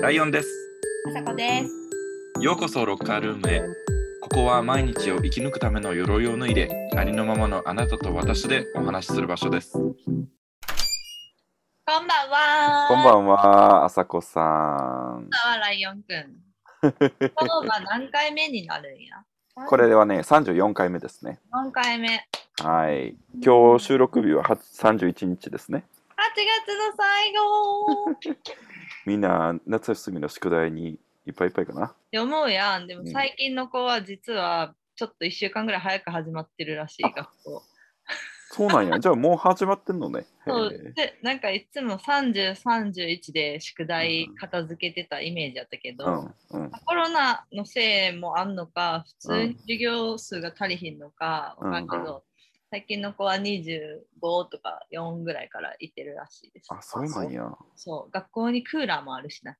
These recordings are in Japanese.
ライオンです。あさこです。ようこそロッカールームへ。ここは毎日を生き抜くための鎧を脱いで、ありのままのあなたと私でお話しする場所です。こんばんは。こんばんは、あさこさん。は。ライオンく ん。今日は何回目になるんや。これはね、34回目ですね。 4回目。8はい。今日収録日はは31日ですね。月の最後。っ みんな夏休みの宿題にいっぱいいっぱいかな。て思うやん。でも最近の子は実はちょっと1週間ぐらい早く始まってるらしい学校。そうな んや。じゃあもう始まってんのね。そうへでなんかいつも30、31で宿題片付けてたイメージやったけえど、うんうん。コロナのせいもあんのか、普通に授業数が足りひんのか、わかんないけど、最近の子は25とか4ぐらいから行ってるらしいです。あ、そうなんや。 そう、学校にクーラーもあるしな、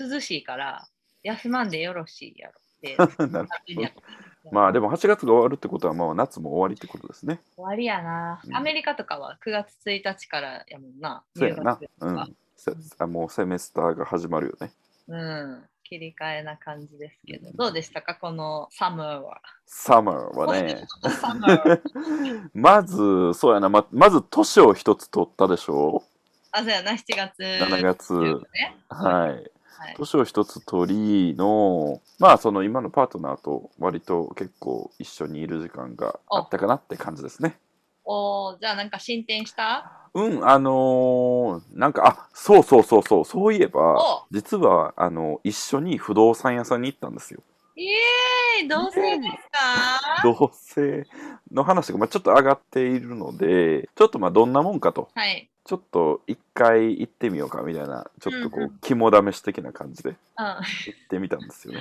涼しいから、休まんでよろしいやろっ て。なる勝手にやってるまあでも8月が終わるってことはもう夏も終わりってことですね。終わりやなう。んアメリカとかは9月1日からやもんな。そうやな入。う学とかん。せあもうセメスターが始まるよね。うん。切り替えな感じですけど、どうでしたか、このサムーは。サマーは ね。サムー。まず、そうやな。ままず年を一つ取ったでしょあ、そうやな、7月。 7月ね。はい。はい。年を一つ取りの、まあその今のパートナーと割と結構一緒にいる時間があったかなって感じですね。おーじゃあなんか進展したうん、あのーなんか、あ、そうそうそうそう、そういえば、お実は、あの、一緒に不動産屋さんに行ったんですよ。イエーイ同棲ですか 同性の話が、まあ、ちょっと上がっているので、ちょっとまあどんなもんかと、はい。ちょっと一回行ってみようかみたいな、ちょっとこうんうう、肝試し的な感じでうん。はい行ってみたんですよね。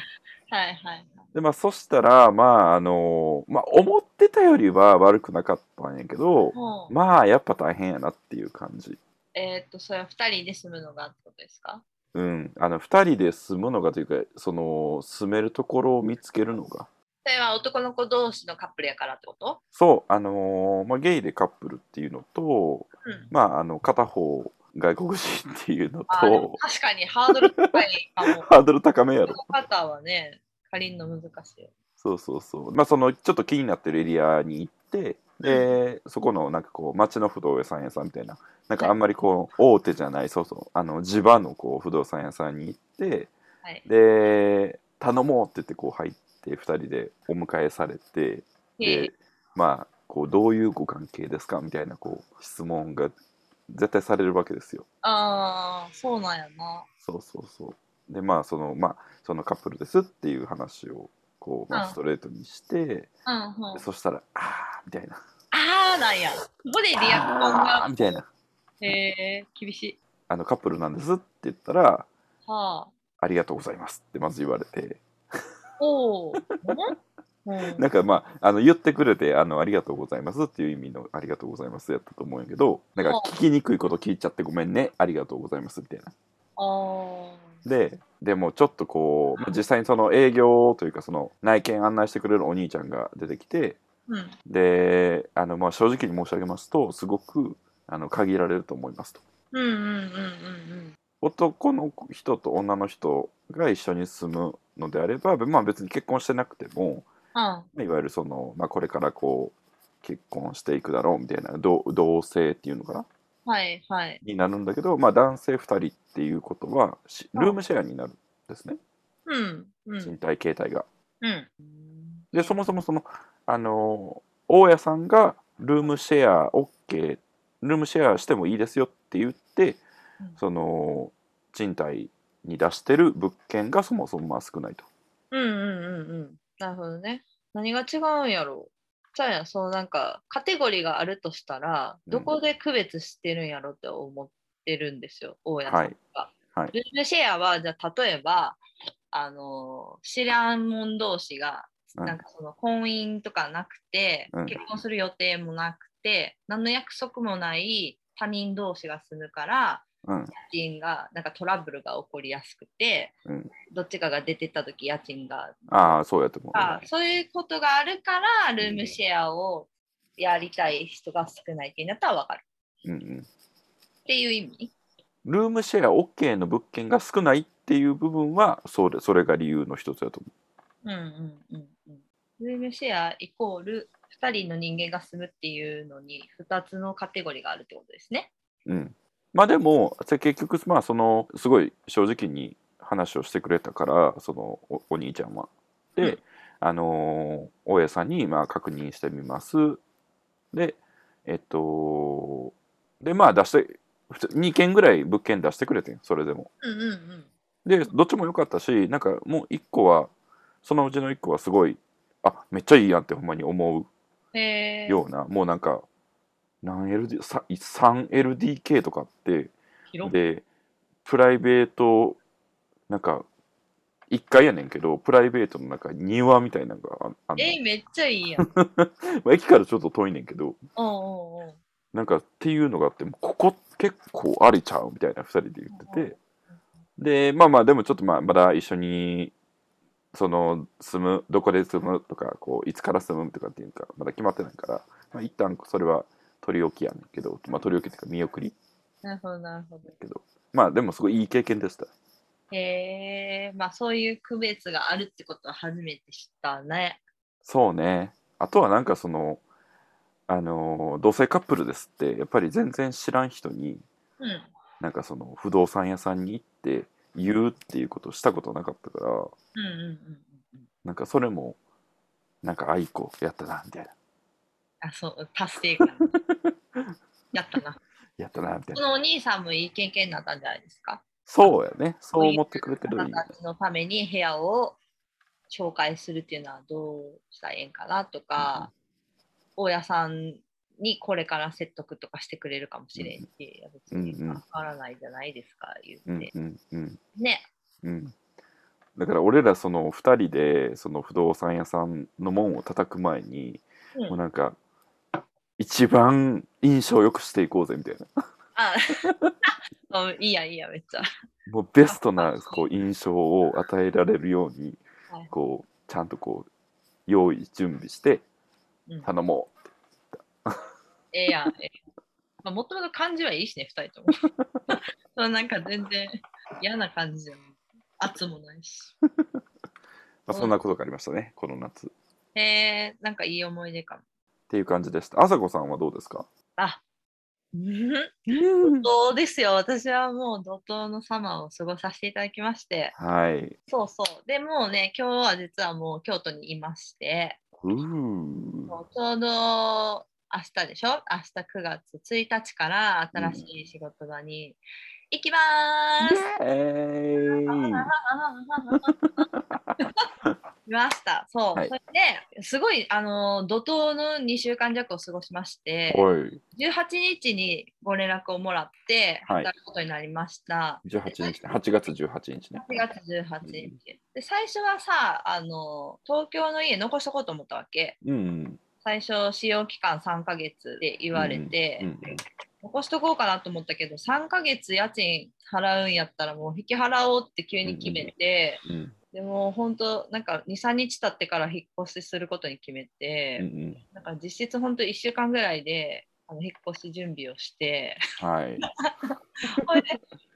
はいはい。でまあそしたらまああのまあ思ってたよりは悪くなかったんやけどもう、まあやっぱ大変やなっていう感じえーっと、それは2人で住むのがってことですかうんあの2人で住むのがというかその住めるところを見つけるのがそれは男の子同士のカップルやからってことそうあのまあゲイでカップルっていうのとうん。まああの片方外国人っていうのあーでもと確かにハードル高いかも。ハードル高めやころの方はね、借りんの難しいよ。そうそうそうまあそのちょっと気になってるエリアに行ってでそこのなんかこう町の不動産屋さんみたいななんかあんまりこう大手じゃないそうそうあの地場のこう不動産屋さんに行ってはい。で頼もうって言ってこう入って2人でお迎えされてへでーまあこうどういうご関係ですかみたいなこう質問が絶対されるわけですよ。あー、そうなんやな。そうそうそうでまあそのまあそのカップルですっていう話をこう、まうあ、んストレートにして、うんうん。そしたら「ああ」みたいなあーなんや。ここでリアクションあーが。みたいなへえー、厳しい。あのカップルなんですって言ったらはあ。 「ありがとうございます」ってまず言われておお。うんなんかまああの言ってくれてあの「ありがとうございます」っていう意味の「ありがとうございます」やったと思うんやけどなんか聞きにくいこと聞いちゃってごめんね「ありがとうございます」みたいな。あででもちょっとこう、まあ、実際にその営業というかその内見案内してくれるお兄ちゃんが出てきてーうん。であのまあ正直に申し上げますとすごくあの限られると思いますと。うんうんうんうん男の人と女の人が一緒に住むのであれば、まあ、別に結婚してなくてもうん。うん。まあいわゆるその、まあ、これからこう結婚していくだろうみたいな同同性っていうのかなはいはい。になるんだけど、まあ、男性2人っていうことはしルームシェアになるんですねうんう賃ん貸形態が。うん。でそもそもそのあの大家さんがルームシェア OK ルームシェアしてもいいですよって言ってうんその賃貸に出してる物件がそもそもまあ少ないと。うんうんうんうん。なるほどね。何が違うんやろう。じゃあやそうなんかカテゴリーがあるとしたらうんどこで区別してるんやろって思ってるんですよ、大家さはんが。いはいルームシェアはじゃあ例えばあの知らん者同士がうんなんかその婚姻とかなくて、うん結婚する予定もなくて何の約束もない他人同士が住むからうん家賃がなんかトラブルが起こりやすくて、うんどっちかが出てった時家賃がああ、そうやと思う。あそういうことがあるからルームシェアをやりたい人が少ないっていうのやったら分かる。うんうん、っていう意味ルームシェア OK の物件が少ないっていう部分はそれそれが理由の一つだと思うんうんうんうん。ルームシェアイコール2人の人間が住むっていうのに2つのカテゴリーがあるってことですね。う。うん、まあでもそれ結局まあそのすごい正直に話をしてくれたからそのおお兄ちゃんは。で、うんあのー大家さんにまあ確認してみます。でえっとでまあ出して2件ぐらい物件出してくれてんそれでも。うんうんうん。でどっちも良かったしなんかもう1個はそのうちの1個はすごいあめっちゃいいやんってほんまに思うえー、ような、もうなんか何 LD さ 3LDK とかあって広っでプライベートなんか1階やねんけどプライベートの中に庭みたいなのがああんのえー、めっちゃいいやん。まあ駅からちょっと遠いねんけどおうおうおうなんかっていうのがあってもうここ結構ありちゃうみたいな2人で言っててでまあまあでもちょっとまあまだ一緒にその住むどこで住むとかこういつから住むとかっていうかまだ決まってないから、まあ、一旦それは取り置きやねんけど、まあ、取り置きっていうか見送りなるほどなるほど。けどまあでもすごいいい経験でしたへえー、まあそういう区別があるってことは初めて知ったね。そうねあとはなんかそのあのー同性カップルですってやっぱり全然知らん人にうん。なんかその不動産屋さんに行って言うっていうことをしたことなかったからうんうんうんうんうん。なんかそれもなんか愛子やったなみたいなあ、そう、達成感。やったな。やったなみたいこなのお兄さんもいい経験になったんじゃないですか。そうやねそう思ってくれてるあのいいねなたたちのために部屋を紹介するっていうのはどうしたらええんかなとか、大家さんにこれから説得とかしてくれるかもしれんし、いや別にうんうん関わらないじゃないですか、言って。うんうんうんね、うんだから俺らその2人でその不動産屋さんの門を叩く前に、うんもうなんか一番印象良くしていこうぜみたいなあうんいいやいいや、めっちゃ。もうベストなこう印象を与えられるようにはいこうちゃんとこう用意準備してうん頼もうええやん、ええやんまあ。もともと感じはいいしね、2人とも。 そうなんか全然嫌な感じじゃない。圧もないし。まあ、そんなことがありましたねこの夏っえー、なんかいい思い出かも。ていう感じでしたあさこさんはどうですかあ、うん怒涛ですよ。私はもう怒涛のサマーを過ごさせていただきまして。はいそうそう。でもうね、今日は実はもう京都にいまして、うーもうちょうど明日でしょ明日9月1日から新しい仕事場に行きまー す、イエーイいました。そう。はいそれですごい、あの怒涛の2週間弱を過ごしまして、おい18日にご連絡をもらって、はい働くことになりました。 18日ね8月18日ね8月18日、で最初はさあの東京の家残しとこうと思ったわけうん最初使用期間3ヶ月で言われて、うん残しとこうかなと思ったけど3ヶ月家賃払うんやったらもう引き払おうって急に決めて、うんうんでも本当なんか23日経ってから引っ越しすることに決めて、うんうんなんか実質本当1週間ぐらいであの引っ越し準備をして。はいこれで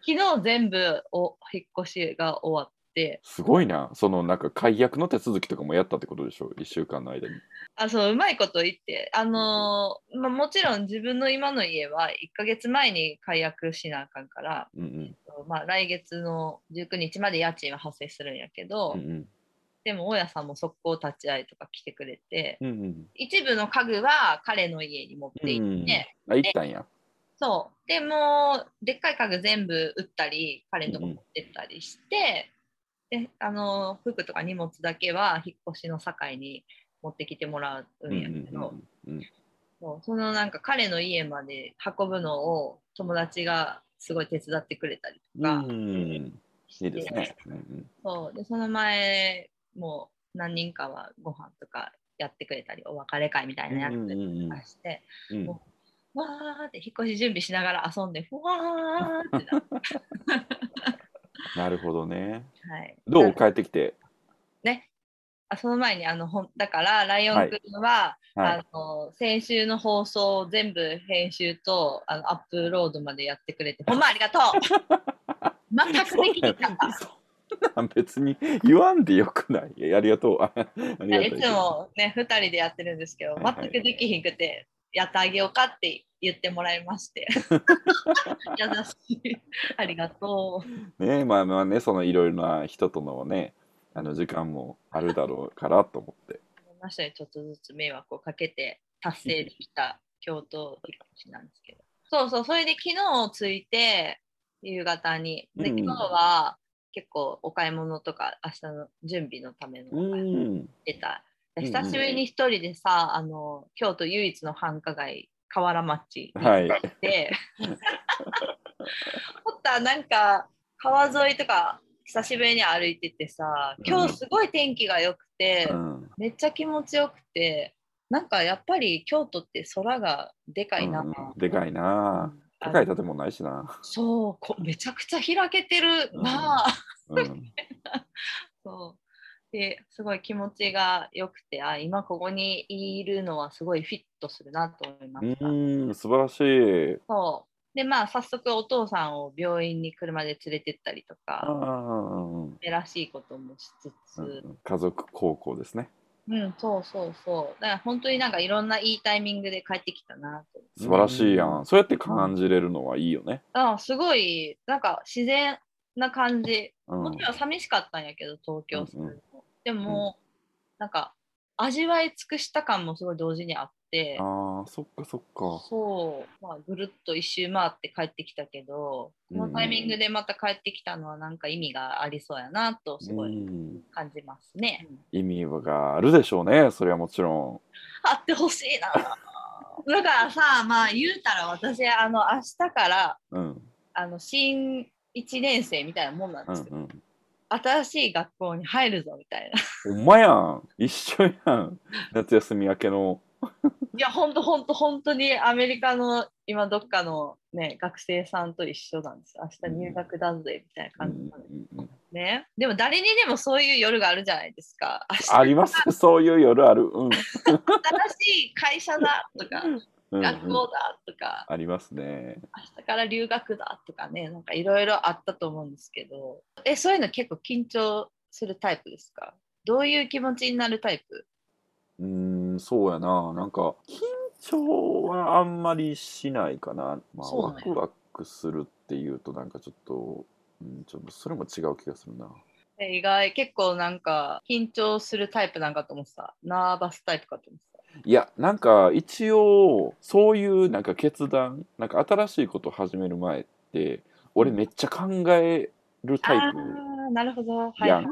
昨日全部お引っ越しが終わってすごいなそのなんか解約の手続きとかもやったってことでしょ1週間の間にあそううまいこと言ってあのーまあ、もちろん自分の今の家は1ヶ月前に解約しなあかんから、うんまあ、来月の19日まで家賃は発生するんやけど、うんうんでも大家さんも速攻立ち会いとか来てくれてうんうん一部の家具は彼の家に持って行って。あ行ったんやそう。でもう、でっかい家具全部売ったり、彼のとこ持ってったりして、で、あの、服とか荷物だけは引っ越しの境に持ってきてもらううんんうやけど、んうんそうそのなんか彼の家まで運ぶのを友達がすごい手伝ってくれたりとうかんうんいいですねうんうんそうで、その前、もう何人かはご飯とかやってくれたり、お別れ会みたいなのやってくれたりとかして、うんわーって引っ越し準備しながら遊んで、ふわーってなって。なるほどねはい、どう帰ってきてねあその前にあのほんだからライオンくんは、はいあの先週の放送を全部編集とあのアップロードまでやってくれてほんまあり がとう全くできなかったそんなん 別に言わんでよくない。いやありがとう。あありがと。いうつもね2人でやってるんですけどはいはい全くできひんくてやってあげようかって言ってもらいまして 優しいありがとうねまあまあね、そのいろいろな人とのね、あの時間もあるだろうからと思って。ましたにちょっとずつ迷惑をかけて達成できた京都引っ越しなんですけどそうそうそれで昨日着いて夕方にでうん今日は結構お買い物とか明日の準備のためのおう買い物ん。出た。うんうん久しぶりに一人でさ、あの京都唯一の繁華街河原町にはい行って、 ほったなんか川沿いとか久しぶりに歩いててさ今日すごい天気が良くて、うん。めっちゃ気持ちよくてなんかやっぱり京都って空がでかいな、うんでかいな。あの高い建物ないしな。そうこめちゃくちゃ開けてるなあ、うん。そうですごい気持ちが良くてあ今ここにいるのはすごいフィットするなと思いました。うん、素晴らしい。そうでまあ早速お父さんを病院に車で連れてったりとあかあ。珍しいこともしつうつ、ん家族高校ですね。うん、そうそうそうだから本当になんかいろんないいタイミングで帰ってきたなと。素晴らしいや。うんそうやって感じれるのはいいよね。あすごいなんか自然な感じうん。もちろん寂しかったんやけど東京するの、うんでも、なんか味わい尽くした感もすごい同時にあって。ああ、そっかそっか。そう、まあ、ぐるっと一周回って帰ってきたけど、このタイミングでまた帰ってきたのはなんか意味がありそうやなとすごういん感じますね。意味があるでしょうね。それはもちろあってほし いな。だからさ、まあ言うたら私、あの明日からん。うん。あの新1年生みたいなもんなんうでんすよ。うん。新しい学校に入るぞみたいな。ほんまやん。一緒や ん。夏休み明けの。いや、ほんとほんと本当にアメリカの今どっかのね、学生さんと一緒なんですよ。明日入学だぜみたいなうん感じなんですようんうんね、でも誰にでもそういう夜があるじゃないですか。明日あり ます。そういう夜ある。うん。新しい会社だとか、うん学うん校だとか、ありますね。明日から留学だとかね、なんかいろいろあったと思うんですけど、え、そういうの結構緊張するタイプですかどういう気持ちになるタイプうーん、そうやな。なんか、緊張はあんまりしないかな。まあ、そうワなんクやワクするっていうと、なんかちょっと、うん、ちょっとそれも違う気がするな。え意外、結構なんか緊張するタイプなんかと思ってた。ナーバスタイプかと思ってた。いや、なんか一応、そういうなんか決断、なんか新しいことを始める前って、俺めっちゃ考えるタイあーなるほど。はいプはやいん。。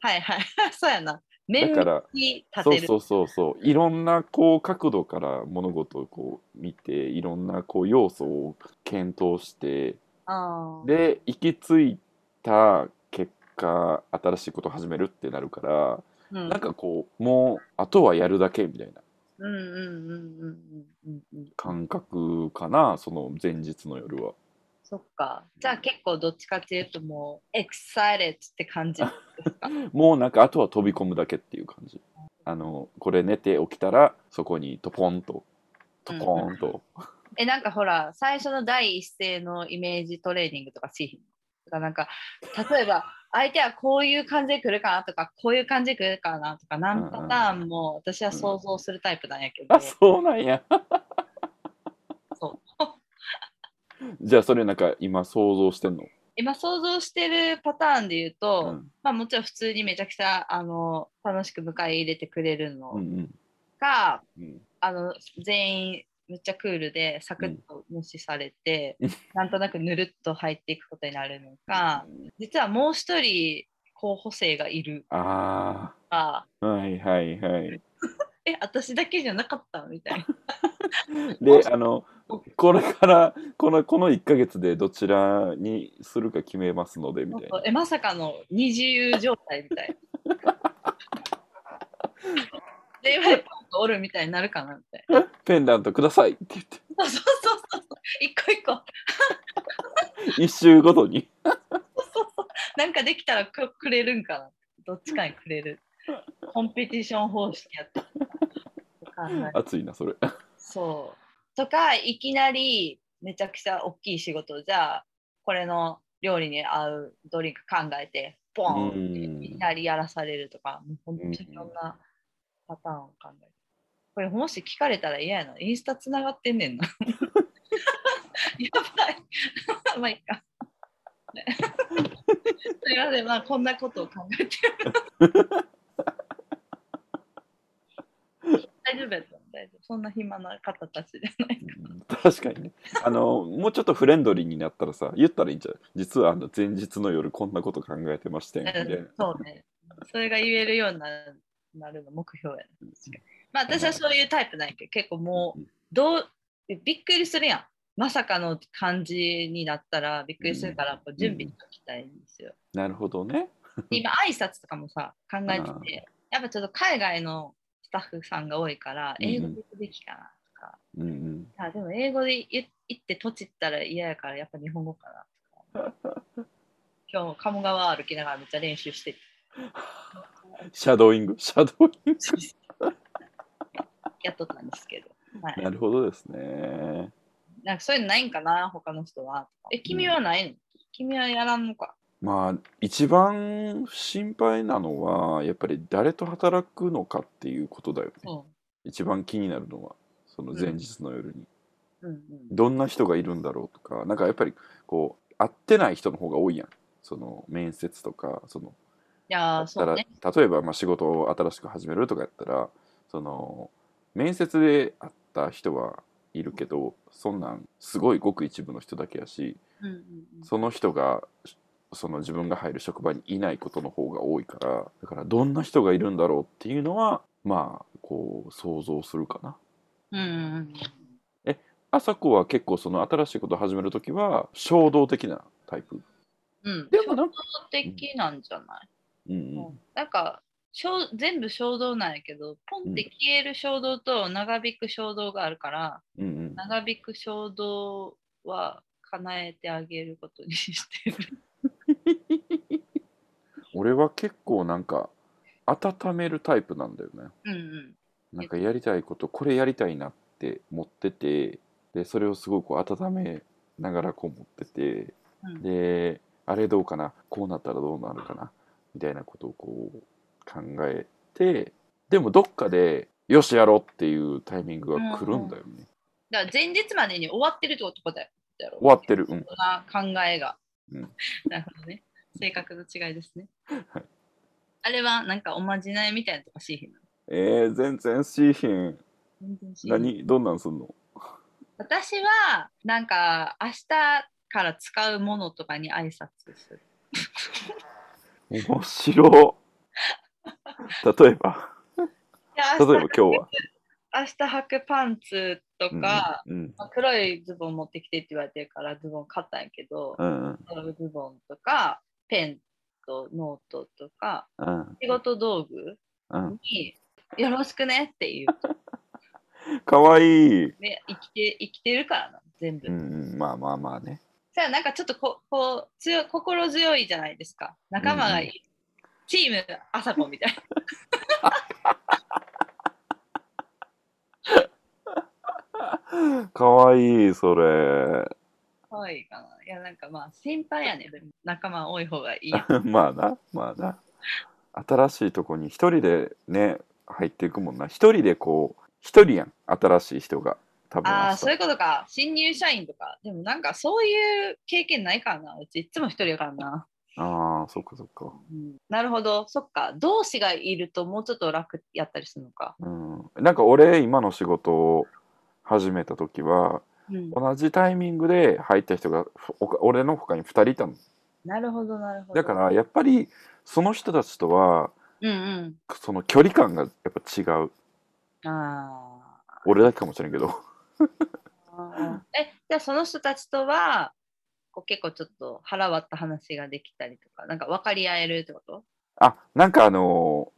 はい はい。そうやな。面だから、に立そうてる。そうそうそういろんなこう角度から物事をこう見ていろんなこう要素を検討してあーで行き着いた結果新しいことを始めるってなるからうんなんかこうもうあとはやるだけみたいなうんうんうんうんうんうんうん。感覚かなその前日の夜は。そっか。じゃあ結構どっちかっていうともう、エクサイレットって感じ。もうなんかあとは飛び込むだけっていう感じ。あのこれ寝て起きたらそこにトポンとトポンと、え、なんかほら、最初の第一声のイメージトレーニングとかしひんのとかなんか、例えば、相手はこういう感じで来るかなとか、こういう感じで来るかなとか、何パターンも私は想像するタイプなんやけど、あそうなんや。そうじゃあそれなんか今想像してんの、今想像してるパターンで言うと、うんまあもちろん普通にめちゃくちゃあの楽しく迎え入れてくれるうんうのんか、うんあの全員めっちゃクールでサクッと無視されて、なんとなくぬるっと入っていくことになるのか実はもう一人候補生がいるあとかあはいはいはい。え私だけじゃなかったみたいなであのこれからこのこの1ヶ月でどちらにするか決めますのでみたいな。えまさかの二重状態みたいな。で今でポンとおるみたいになるかなみたいペンダントくださいって言っな。そうそうそうそう一個一個て一周ごとに。なんかできたらくくれるんかなどっちかにくれる。コンペティション方式やった。わかんない熱いなそれそう。とか、いきなりめちゃくちゃ大きい仕事じゃあ、これの料理に合うドリンク考えて、ポンってうんいきなりやらされるとか、もう本当にいろんなパターンを考えて。これもし聞かれたら嫌やな。インスタつながってんねんな。 やばい。 まあいいか。ねすいません、まあこんなことを考えてる。大丈夫やった大丈夫。そんな暇な方たちじゃない。確かにねあのもうちょっとフレンドリーになったらさ言ったらいいんじゃん実はあの前日の夜こんなこと考えてましてんみたいなそうね。それが言えるようにななるの目標やな、確かにまあ私はそういうタイプなんやけど、結構もう、どう、びっくりするやん。まさかの感じになったらびっくりするから、こう準備しておきたいんですよ。なるほどねで今、挨拶とかもさ、考えてうんて、やっぱちょっと海外のスタッフさんが多いから、うんうん英語で言うべきかなとか。うんうんあでも英語で言言ってとちったら嫌やからやっぱ日本語かなと か今日も鴨川歩きながらめっちゃ練習しててシャドーイング シャドーインやっとったんですけど、はグい、なるほどですねなんかそういうのないんかな他の人はえ君はないの、君はやらんのかまあ一番心配なのはやっぱり誰と働くのかっていうことだよねそ一番気になるのはその前日の夜に、う、うんうん、どんな人がいるんだろうとかなんかやっぱりこう会ってない人の方が多いやんその面接とかそのいやーだそうかねら例えばまあ仕事を新しく始めるとかやったらその面接で会った人はいるけどそんなんすごいごく一部の人だけやしうんうんうんその人がその自分が入る職場にいないことの方が多いからだからどんな人がいるんだろうっていうのはまあこう想像するかな。うんうんうん朝子は結構その新しいことを始める時は衝動的なタイプ。うんでもなんか、衝動的なんじゃない、うんうんなんか衝全部衝動なんやけどポンって消える衝動と長引く衝動があるから、うんうん長引く衝動は叶えてあげることにしてる。俺は結構なんか温めるタイプなんだよね。 うんうん。なんかやりたいことこれやりたいなって持っててでそれをすごくこう温めながらこう持っててうんであれどうかなこうなったらどうなるかなみたいなことをこう考えてでもどっかでよしやろうっていうタイミングが来るんだよね。だから前日までに終わってるってことだよ。終わってる。うんそんな考えが。うん なるほどね。性格の違いですね。あれはなんかおまじないみたいなとかしいひんのえー、全然しーひん。全然しいひん何どんなんすんの私はなんか明日から使うものとかに挨拶する。面白例えば例でえば明今日日は、明日履くパンツとか、うんまあ黒いズボン持ってきてって言われてるからズボン買ったんやけど、うんうんズボンとかペンとノートとかうん仕事道具うんに「よろしくね」っていう、かわいい、ね、生きて生きてるからな全部。うんうん、まあまあまあねさあなんかちょっとここう強い心強いじゃないですか仲間がいい、チームあさこみたいな。かわいいそれ 可愛いかないやなんかまあ心配やねでも仲間多い方がいい やんまあなまあな新しいとこに一人でね入っていくもんな一人でこう一人やん新しい人が多分明日ああそういうことか新入社員とかでもなんかそういう経験ないからなうちいつも一人やからな。ああそっかそっかうんなるほど、そっか、同士がいるともうちょっと楽やったりするのか。うんなんか俺今の仕事を始めた時はうん同じタイミングで入った人がふおか俺の他に2人いたのなるほど、なるほど。だからやっぱりその人たちとはら、うんその距離感がやっぱ違ううん。あー俺だけかもしれんけどあー。え、じゃあその人たちとは、こう結構ちょっと腹割った話ができたりとか、なんか分かり合えるってことあなんかあの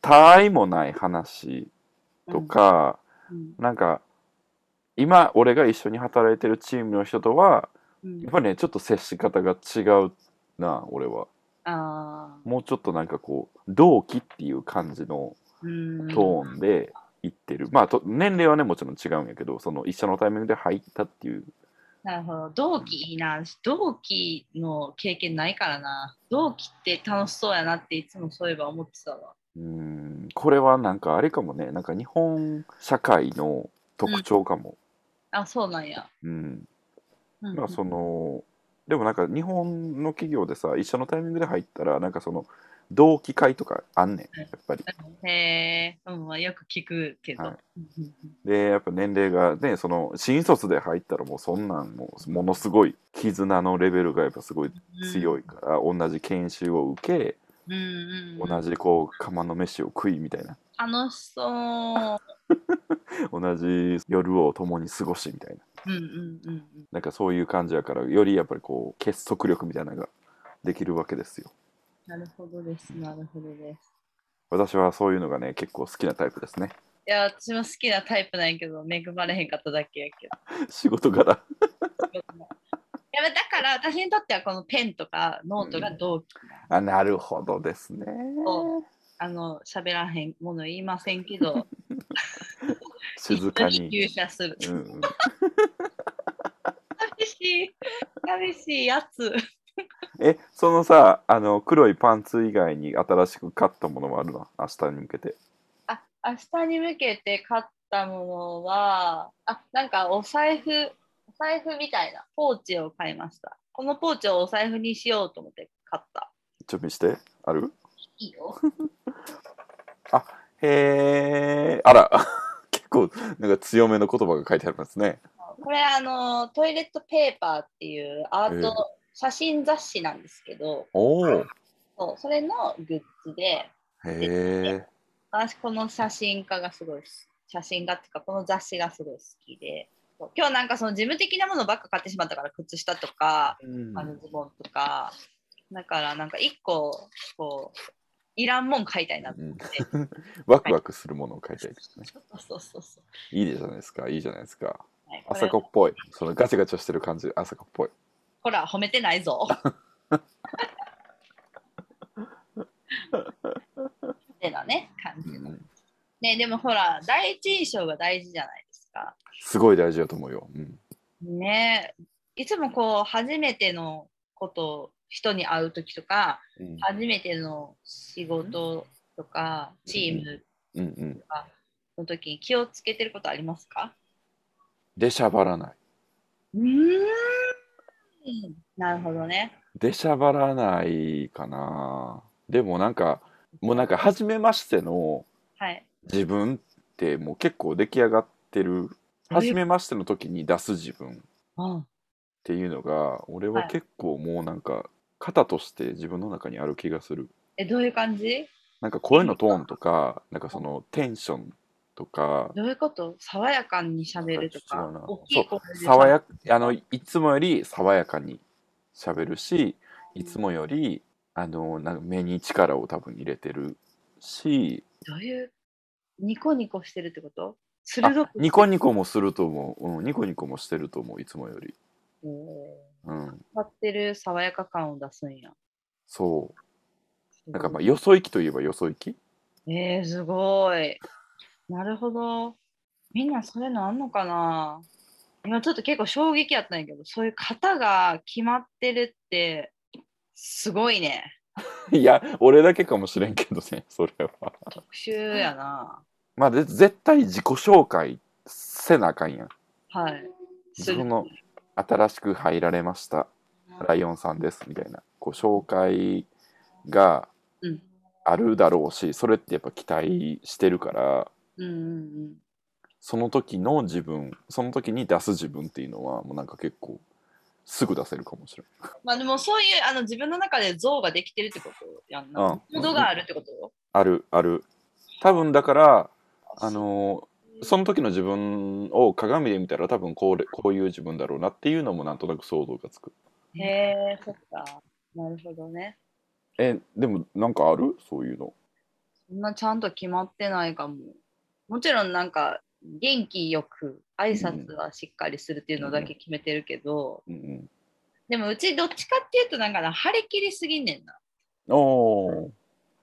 他愛もない話と、か、うんなんか今俺が一緒に働いてるチームの人とはうんうんやっぱりねちょっと接し方が違うな俺はああ。もうちょっとなんかこう同期っていう感じのうん。トーンで行ってる、まあと年齢はねもちろん違うんやけどその一緒のタイミングで入ったっていうなるほど。同期いいな。同期の経験ないからな。同期って楽しそうやなっていつもそういえば思ってたわ。うーんこれはなんかあれかもねなんか日本社会の特徴かも、あ、そうなんや。うんうんまあそのでもなんか日本の企業でさ一緒のタイミングで入ったらなんかその同期会とかあんねんやっぱりへえ、うん、まあよく聞くけど。はいうんでやっぱ年齢がねその新卒で入ったらもうそんなんもうものすごい絆のレベルがやっぱすごい強い。から、同じ研修を受けうんうんうん、同じこう釜の飯を食いみたいな楽しそう。同じ夜を共に過ごしみたいなうんうんうんうん。なんかそういう感じやからよりやっぱりこう結束力みたいなのができるわけですよなるほどです。なるほどです。私はそういうのがね結構好きなタイプですね いや、私も好きなタイプなんやけど、恵まれへんかっただけやけど。仕事柄 いやだから私にとってはこのペンとかノートが同期、あなるほどですねそうあの喋らへんもの言いませんけど静か一緒に、入社する、うんうん、寂しい寂しいやつえそのさあの黒いパンツ以外に新しく買ったものはあるの明日に向けてあ明日に向けて買ったものはあなんかお財布お財布みたいなポーチを買いましたこのポーチをお財布にしようと思って買った準備してあるいいよへえあら 結構なんか強めの言葉が書いてありますねこれあのトイレットペーパーっていうアーええト写真雑誌なんですけど、おおへそうそれのグッズでえ私この写真家がすごい好き写真家っていうかこの雑誌がすごい好きでそう今日なんかその事務的なものばっか買ってしまったから靴下とかうんあのズボンとかだからなんか一個こういらんもん買いたいなと 思って、ワクワクするものを書いてあるねそうそうそうそう、いいじゃないですかいいじゃないですかはい、これ朝子っぽいそのガチャガチャしてる感じ朝子っぽいほら褒めてないぞ ってなね感じの、ねでもほら第一印象が大事じゃないですかすごい大事だと思うよ、うん、ねいつもこう初めてのこと人に会う時とかうん初めての仕事とかチームうんうんの時に気をつけてることありますかでしゃばらないうーんなるほどね。でしゃばらないかなでもなんかもうなんか初めましてのはい。自分ってもう結構出来上がってるえ初めましての時に出す自分っうん、ていうのが俺は結構もうなんか型として自分の中にある気がするえどういう感じなんか声のトーンとかなんかそのテンションとかどういうこと爽やかにしゃべると違うかな。大きそい声うで爽やあのいつもより爽やかにしゃべるしいつもよりあのなんか目に力を多分入れてるしどういうニコニコしてるってこと鋭く。ニコニコもすると思う、うん、ニコニコもしてると思ういつもより、うん、張ってる爽やか感を出すんや。そすうごないんかまあよそ行きといえばよそ行き えー、すごい。なるほど。みんなそれのあんのかな今ちょっと結構衝撃やったんやけど、そういう型が決まってるって、すごいね。いや俺だけかもしれんけどね それは特殊やな。まあで絶対自己紹介せなあかんやんはい。自分の新しく入られましたライオンさんですみたいなこう紹介がうんあるだろうしそれってやっぱ期待してるからうんうんその時の自分その時に出す自分っていうのはもうなんか結構すぐ出せるかもしれうん。まあでもそういうあの自分の中で像ができてるってことやんうな。んモードがあるってことよ。ないあるある多分だからあのその時の自分を鏡で見たら多分こうれこういう自分だろうなっていうのもなんとなく想像がつくへえ、そっか。なるほどね。えでもなんかあるそういうのそんなちゃんと決まってないかも。もちろんなんか元気よく挨拶はしっかりするっていうのだけ決めてるけど、うんうんでもうちどっちかっていうとなんかな張り切りすぎんねんな。おお。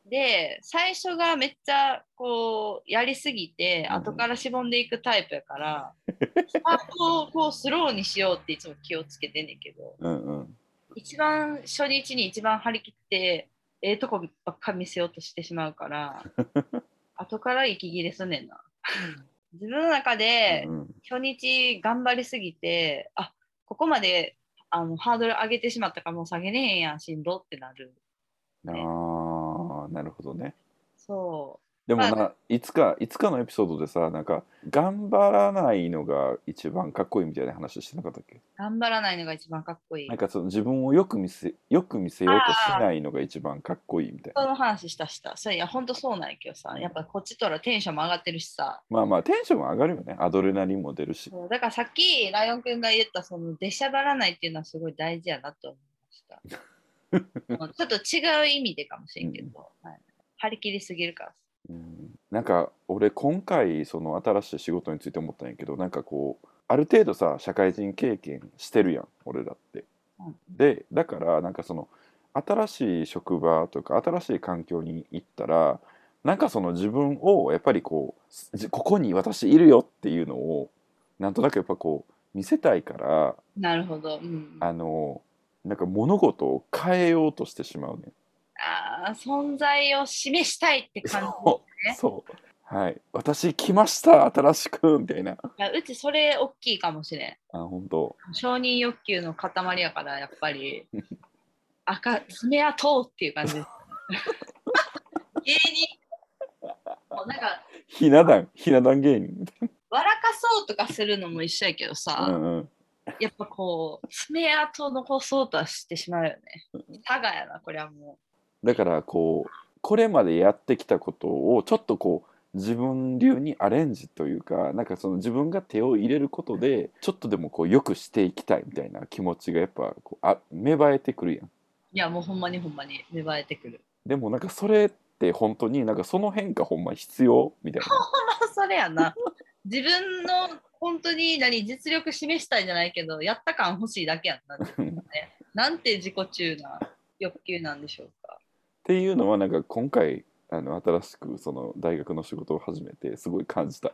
で最初がめっちゃこうやりすぎてうん後からしぼんでいくタイプやから、スタートをこうスローにしようっていつも気をつけてんねんけどうんうん。一番初日に一番張り切ってええとこばっか見せようとしてしまうから 後から息切れすんねんな。自分の中でうん初日頑張りすぎてあここまであのハードル上げてしまったからもう下げれへんやんしんどってなるああ、なるほどね。そでもまな、いつか、いつかのエピソードでさ、なんか、頑張らないのが一番かっこいいみたいな話してなかったっけう頑張らないのが一番かっこいいなんかその自分をよく見せ、よく見せようとしないのが一番かっこいいみたいな。その話したしたそういやほんとそうなんやけどさやっぱこっちとらテンションも上がってるしさまあまあ、テンション上がるよね。アドレナリンも出るし。そうだからさっきライオンくんが言ったその出しゃばらないっていうのはすごい大事やなと思い ましたもうちょっと違う意味でかもしれんけど、はい張り切りすぎるからうんなんか俺今回その新しい仕事について思ったんやけどなんかこうある程度さ社会人経験してるやん俺らって。うんでだからなんかその新しい職場とか新しい環境に行ったらなんかその自分をやっぱりこうじここに私いるよっていうのをなんとなくやっぱこう見せたいからなるほど、うん、あのなんか物事を変えようとしてしまうねん。あー存在を示したいって感じそうねそうはい私来ました新しくみたいないやうちそれ大きいかもしれんあ本当承認欲求の塊やからやっぱり 赤爪痕っていう感じです 芸人もうなんかひな壇ひな壇芸人笑かそうとかするのも一緒やけどうさ、んうんやっぱこう爪痕残そうとはしてしまうよねたがやなこれはもだからこうこれまでやってきたことをちょっとこう自分流にアレンジというかなんかその自分が手を入れることでちょっとでもこうよくしていきたいみたいな気持ちがやっぱこうあ芽生えてくるやんういやもうほんまにほんまに芽生えてくるでもなんかそれって本当になんかその変化ほんま必要みたいなほんまそれやな 自分の本当に何実力示したいじゃないけどやった感欲しいだけやんな、ね、 なんて自己中な欲求なんでしょうかっていうのはなんか今回あの新しくその大学の仕事を始めてすごい感じた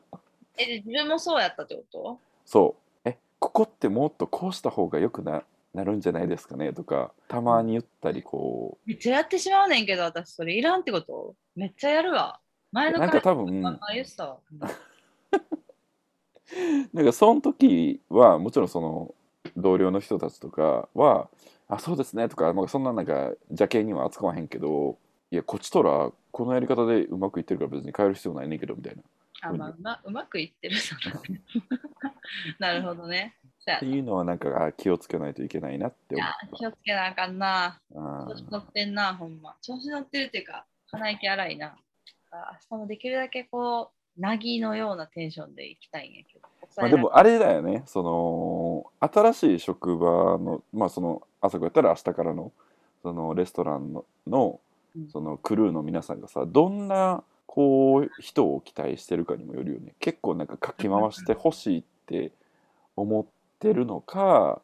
え、で自分もそうやったってことそうえここってもっとこうした方がよくななるんじゃないですかねとかたまに言ったりこめっちゃやってしまうねんけど、私それいらんってことめっちゃやるわ。う前のなん回か多分あ言ってたわ。なんかその時はもちろんその同僚の人たちとかは「あそうですね」とか、まあ、そんななんか邪険には扱わへんけどいやこっちとらこのやり方でうまくいってるから別に変える必要ないねんけどみたいなっあ、まあ、うまうまくいってるそうだね なるほどね。そやていうのはなんかあ気をつけないといけないなって思気をつけなあかんな。った調うん子乗ってんな、ほんま。調子乗ってるっていうか、鼻息荒いな。あ明日もできるだけこう、なぎのようなテンションでいきたいんやけど。まあ、でもあれだよねその新しい職場のまあそのあそこやったら明日からのそのレストランののうんそのクルーの皆さんがさどんなこう人を期待してるかにもよるよね結構なんかかき回してほしいって思ってるのか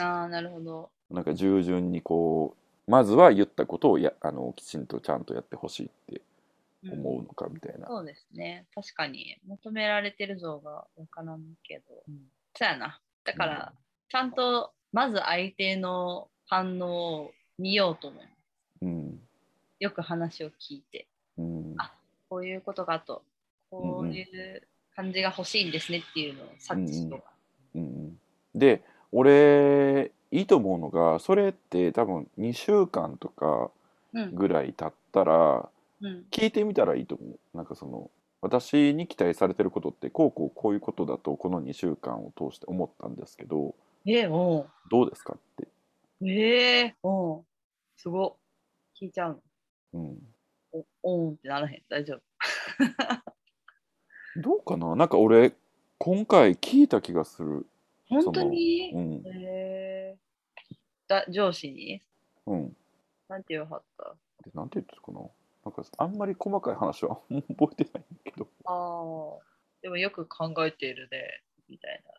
ああ、なるほど。なんか従順にこうまずは言ったことをやあのきちんとちゃんとやってほしいってうん思うのかみたいな、そうですね。確かに求められてる像がわからんけど。そうやな。だから、ちゃんとまず相手の反応を見ようと思う。うんよく話を聞いて、うん、あこういうことがと、こういう感じが欲しいんですねっていうのを察知しようか。うんで俺いいと思うのがそれって多分2週間とかうん。ぐらい経ったらうん。聞いてみたらいいと思うなんかその私に期待されてることってこうこうこういうことだとこの2週間を通して思ったんですけどえー、おどうですかって、うえー、おうすごい。聞いちゃううん、の。おおんってならへん。大丈夫。どうかななんか俺今回聞いた気がする、本当にうんえー、だ上司にうん、なんて言わはったでなんて言ってたかななんかあんまり細かい話は 覚えてないんだけどああ、でもよく考えているね、みたいな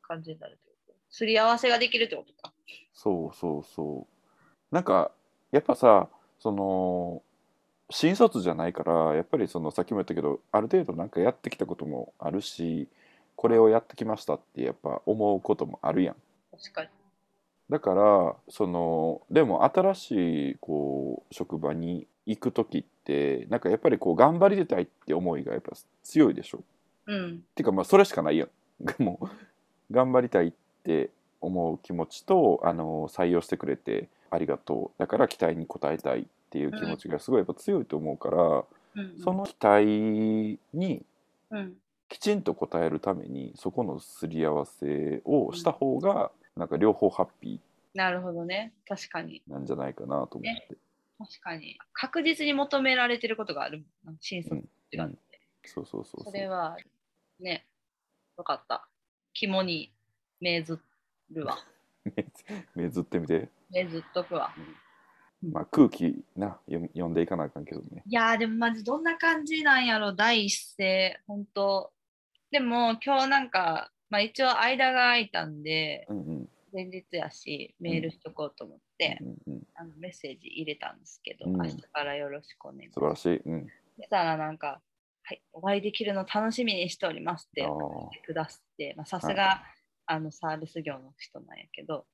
感じになるってこと。すり合わせができるってことか。そうそうそうなんかやっぱさその新卒じゃないからやっぱりそのさっきも言ったけどある程度なんかやってきたこともあるしこれをやってきましたってやっぱ思うこともあるやん。確かに。だからそのでも新しいこう職場に行く時ってなんかやっぱりこう頑張り出たいって思いがやっぱ強いでしょ。うん。てかまあそれしかないやん。 もう頑張りたいって思う気持ちとあの採用してくれてありがとうだから期待に応えたいっていう気持ちがすごいやっぱ強いと思うから、うん、その期待にうん。きちんと応えるためにそこのすり合わせをした方がなんか両方ハッピなるほどね。確かに。ーなんじゃないかなと思って。確かに。確実に求められてることがある。新卒っうて感んそうそうそうそじ。そうれは、ね、よかった。肝に銘ずる わ。目つ 目ずってみて、銘ずっとくわ。まあ、空気な読読んでいかなあかんけどね。いやーでもマジどんな感じなんやろ第一声本当でも今日なんか、まあ、一応間が空いたんでうんうん前日やしメールしとこうと思って、うんうん、あのメッセージ入れたんですけど、うん明日からよろしくお願いし素晴まらしい。うん、すそしたらなんか、はい、お会いできるの楽しみにしておりますってあーお話しくださってまあさすが、あのサービス業の人なんやけど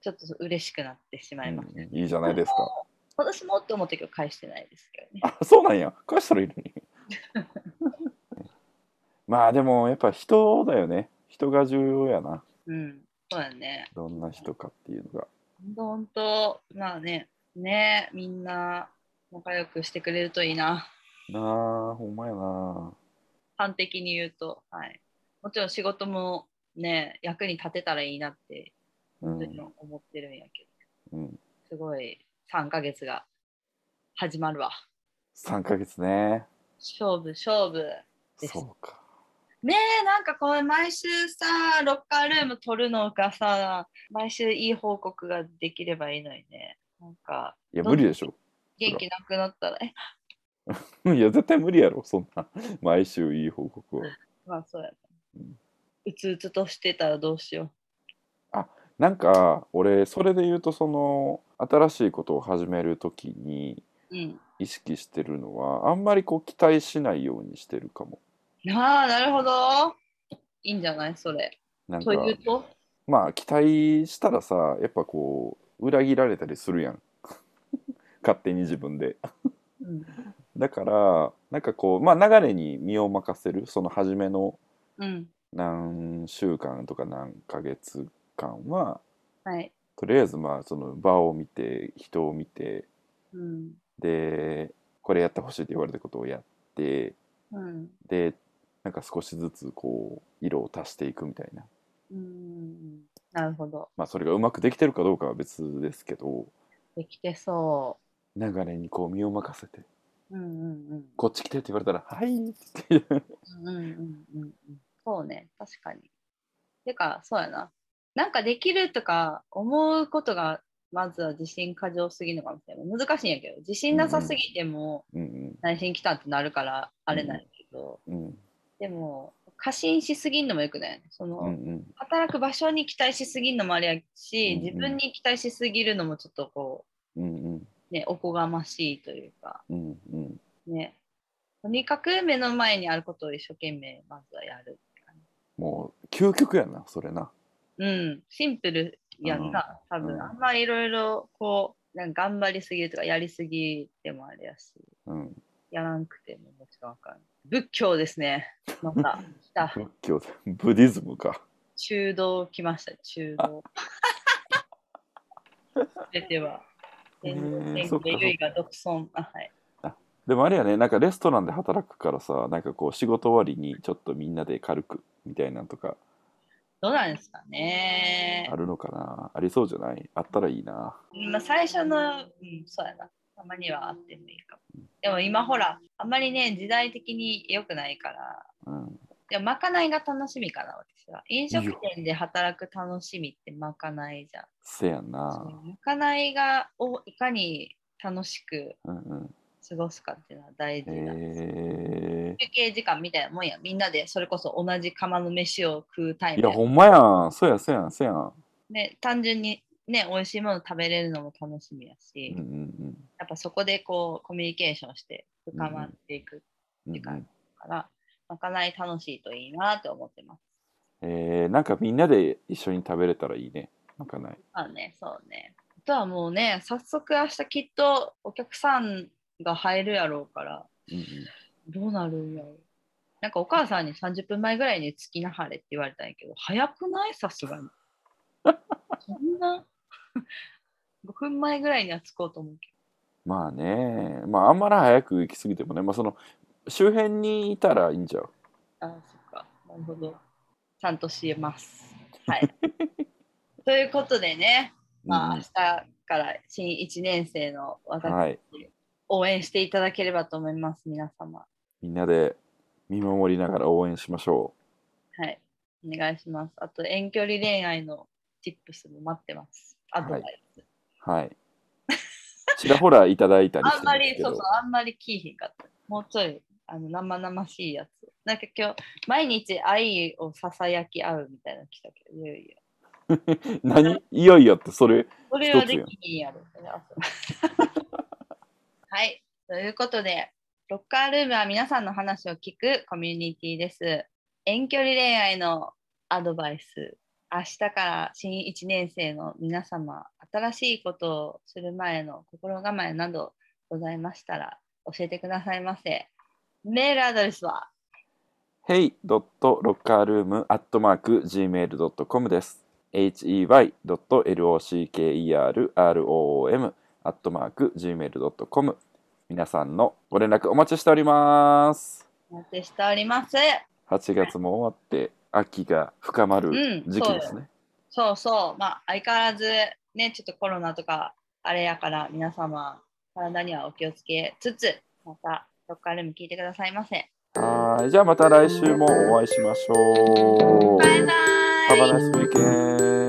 ちょっと嬉しくなってしまいました、うんいいじゃないですか。私もって思ったけど返してないですけどねあそうなんや返したらいいの にまあでもやっぱ人だよね人が重要やなうんそうだねどんな人かっていうのが本当、まあね、ね、みんな仲良くしてくれるといいな。なあほんまやな端的に言うと、はい。もちろん仕事もね、役に立てたらいいなって、うもちんろん思ってるんやけうんど、すごい3ヶ月が始まるわ。 3ヶ月ね勝負、勝負です。そうかねえ、なんかこれ毎週さ、ロッカールーム取るのがさ、毎週いい報告ができればいいのにね。なんか、いや無理でしょ元気なくなったら、え、いや絶対無理やろそんな毎週いい報告をまあそうやなうん。うつうつとしてたらどうしよなんか俺それで言うとその新しいことを始める時にう。うん。意識してるのはあんまりこう期待しないようにしてるかもああ、なるほど。いいんじゃないそれ。なんかというと、まあ期待したらさやっぱこう裏切られたりするやん 勝手に自分でうん。だからなんかこうまあ流れに身を任せるその初めのうん。何週間とか何ヶ月間ははい。とりあえずまあその場を見て人を見てうん。でこれやってほしいって言われたことをやってうん。でなんか少しずつこう色を足していくみたいなうん。なるほど。まあそれがうまくできてるかどうかは別ですけどできてそ流れにこう身を任せてう。うんうんうん。こっち来てって言われたら「はい」っていううんうんうんうん。そうね。確かに。てか、そうやな。なんかできるとか思うことが、まずは自信過剰すぎるのかもしれない。難しいんやけど、自信なさすぎても、うん内心来たってなるからあれなんやけど、うんうんでも過信しすぎんのもよくないその、うんうん働く場所に期待しすぎんのもあれやし、うんうん自分に期待しすぎるのもちょっとこうんうんうねおこがましいというかうんうんねとにかく目の前にあることを一生懸命まずはやるもう究極やなそれなうんシンプルやんな、ん多分、うんあんまいろいろこうなんか頑張りすぎるとかやりすぎてもあれやしうんやらんくてももちろんあかん仏教ですねま た来た仏教だブディズムか中道来ました、中道。出ては。へ天ーそっかそ狗っかゆいが独尊。あ、はい。でもあれやねなんかレストランで働くからさなんかこう仕事終わりにちょっとみんなで軽くみたいなんとかどうなんですかねあ。るのかなありそうじゃないあったらいいなまあ、最初の、うん、そうやな。たまにはあってもいいかも。でも今ほら、あんまりね、時代的に良くないから。うんでもまかないが楽しみかな、私は。飲食店で働く楽しみってまかないじゃん。せやんそなのまかないがをいかに楽しくうんうん過ごすかっていうのは大事へだ。え休憩時間みたいなもんやみんなでそれこそ同じ釜の飯を食うタイいムややほんまやんそうやそうやんそうやんね単純にね美味しいもの食べれるのも楽しみやし、うんうんうんややっぱそこでこうコミュニケーションして深まっていくうんう時間んから、まかない楽しいといいなと思ってます。えー、なんかみんなで一緒に食べれたらいいね。まかない。まあね、そうね。あとはもうね、早速明日きっとお客さんが入るやろうから、うんうんどうなるんやろう。なんかお母さんに30分前ぐらいに着きなはれって言われたんやけど、早くないさすがに。そんな 5分前ぐらいには着こうと思うけまあね、まああんまり早く行き過ぎてもね、まあその周辺にいたらいいんじゃう。ど。ああ、そっか。なるほど。ちゃんと知えます。はい。 ということでね、まあうん明日から新1年生のうん私はい。応援していただければと思います、皆様。みんなで見守りながら応援しましょはい。お願いします。あと、遠距離恋愛の tips も待ってます。アドバイス。う。 はい。ちらほらいただいたりあしんてまるんですり、けそどうそう、あんまり聞いひんかった。もうちょい、あの、生々しいやつ。なんか今日、毎日愛をささやき合うみたいなの来たけど、いやいや。何いよいよってそれ。それはできひんやろ。 はい。ということで、ロッカールームは皆さんの話を聞くコミュニティです。遠距離恋愛のアドバイス。明日から新1年生の皆様、新しいことをする前の心構えなどございましたら教えてくださいませ。メールアドレスは hey.lockerroom.gmail.com です。hey.lockerroom.gmail.com 皆さんのご連絡お待ちしております。お待ちしております。 8月も終わって秋が深まる時期ですね。そうそう、まあ、相変わらずね、ちょっとコロナとかあれやから、皆様、体にはお気をつけつつ、また、ロッカールーム聞いてくださいませ。はい。じゃあまた来週もお会いしましょう。バイバイ Have a nice weekend.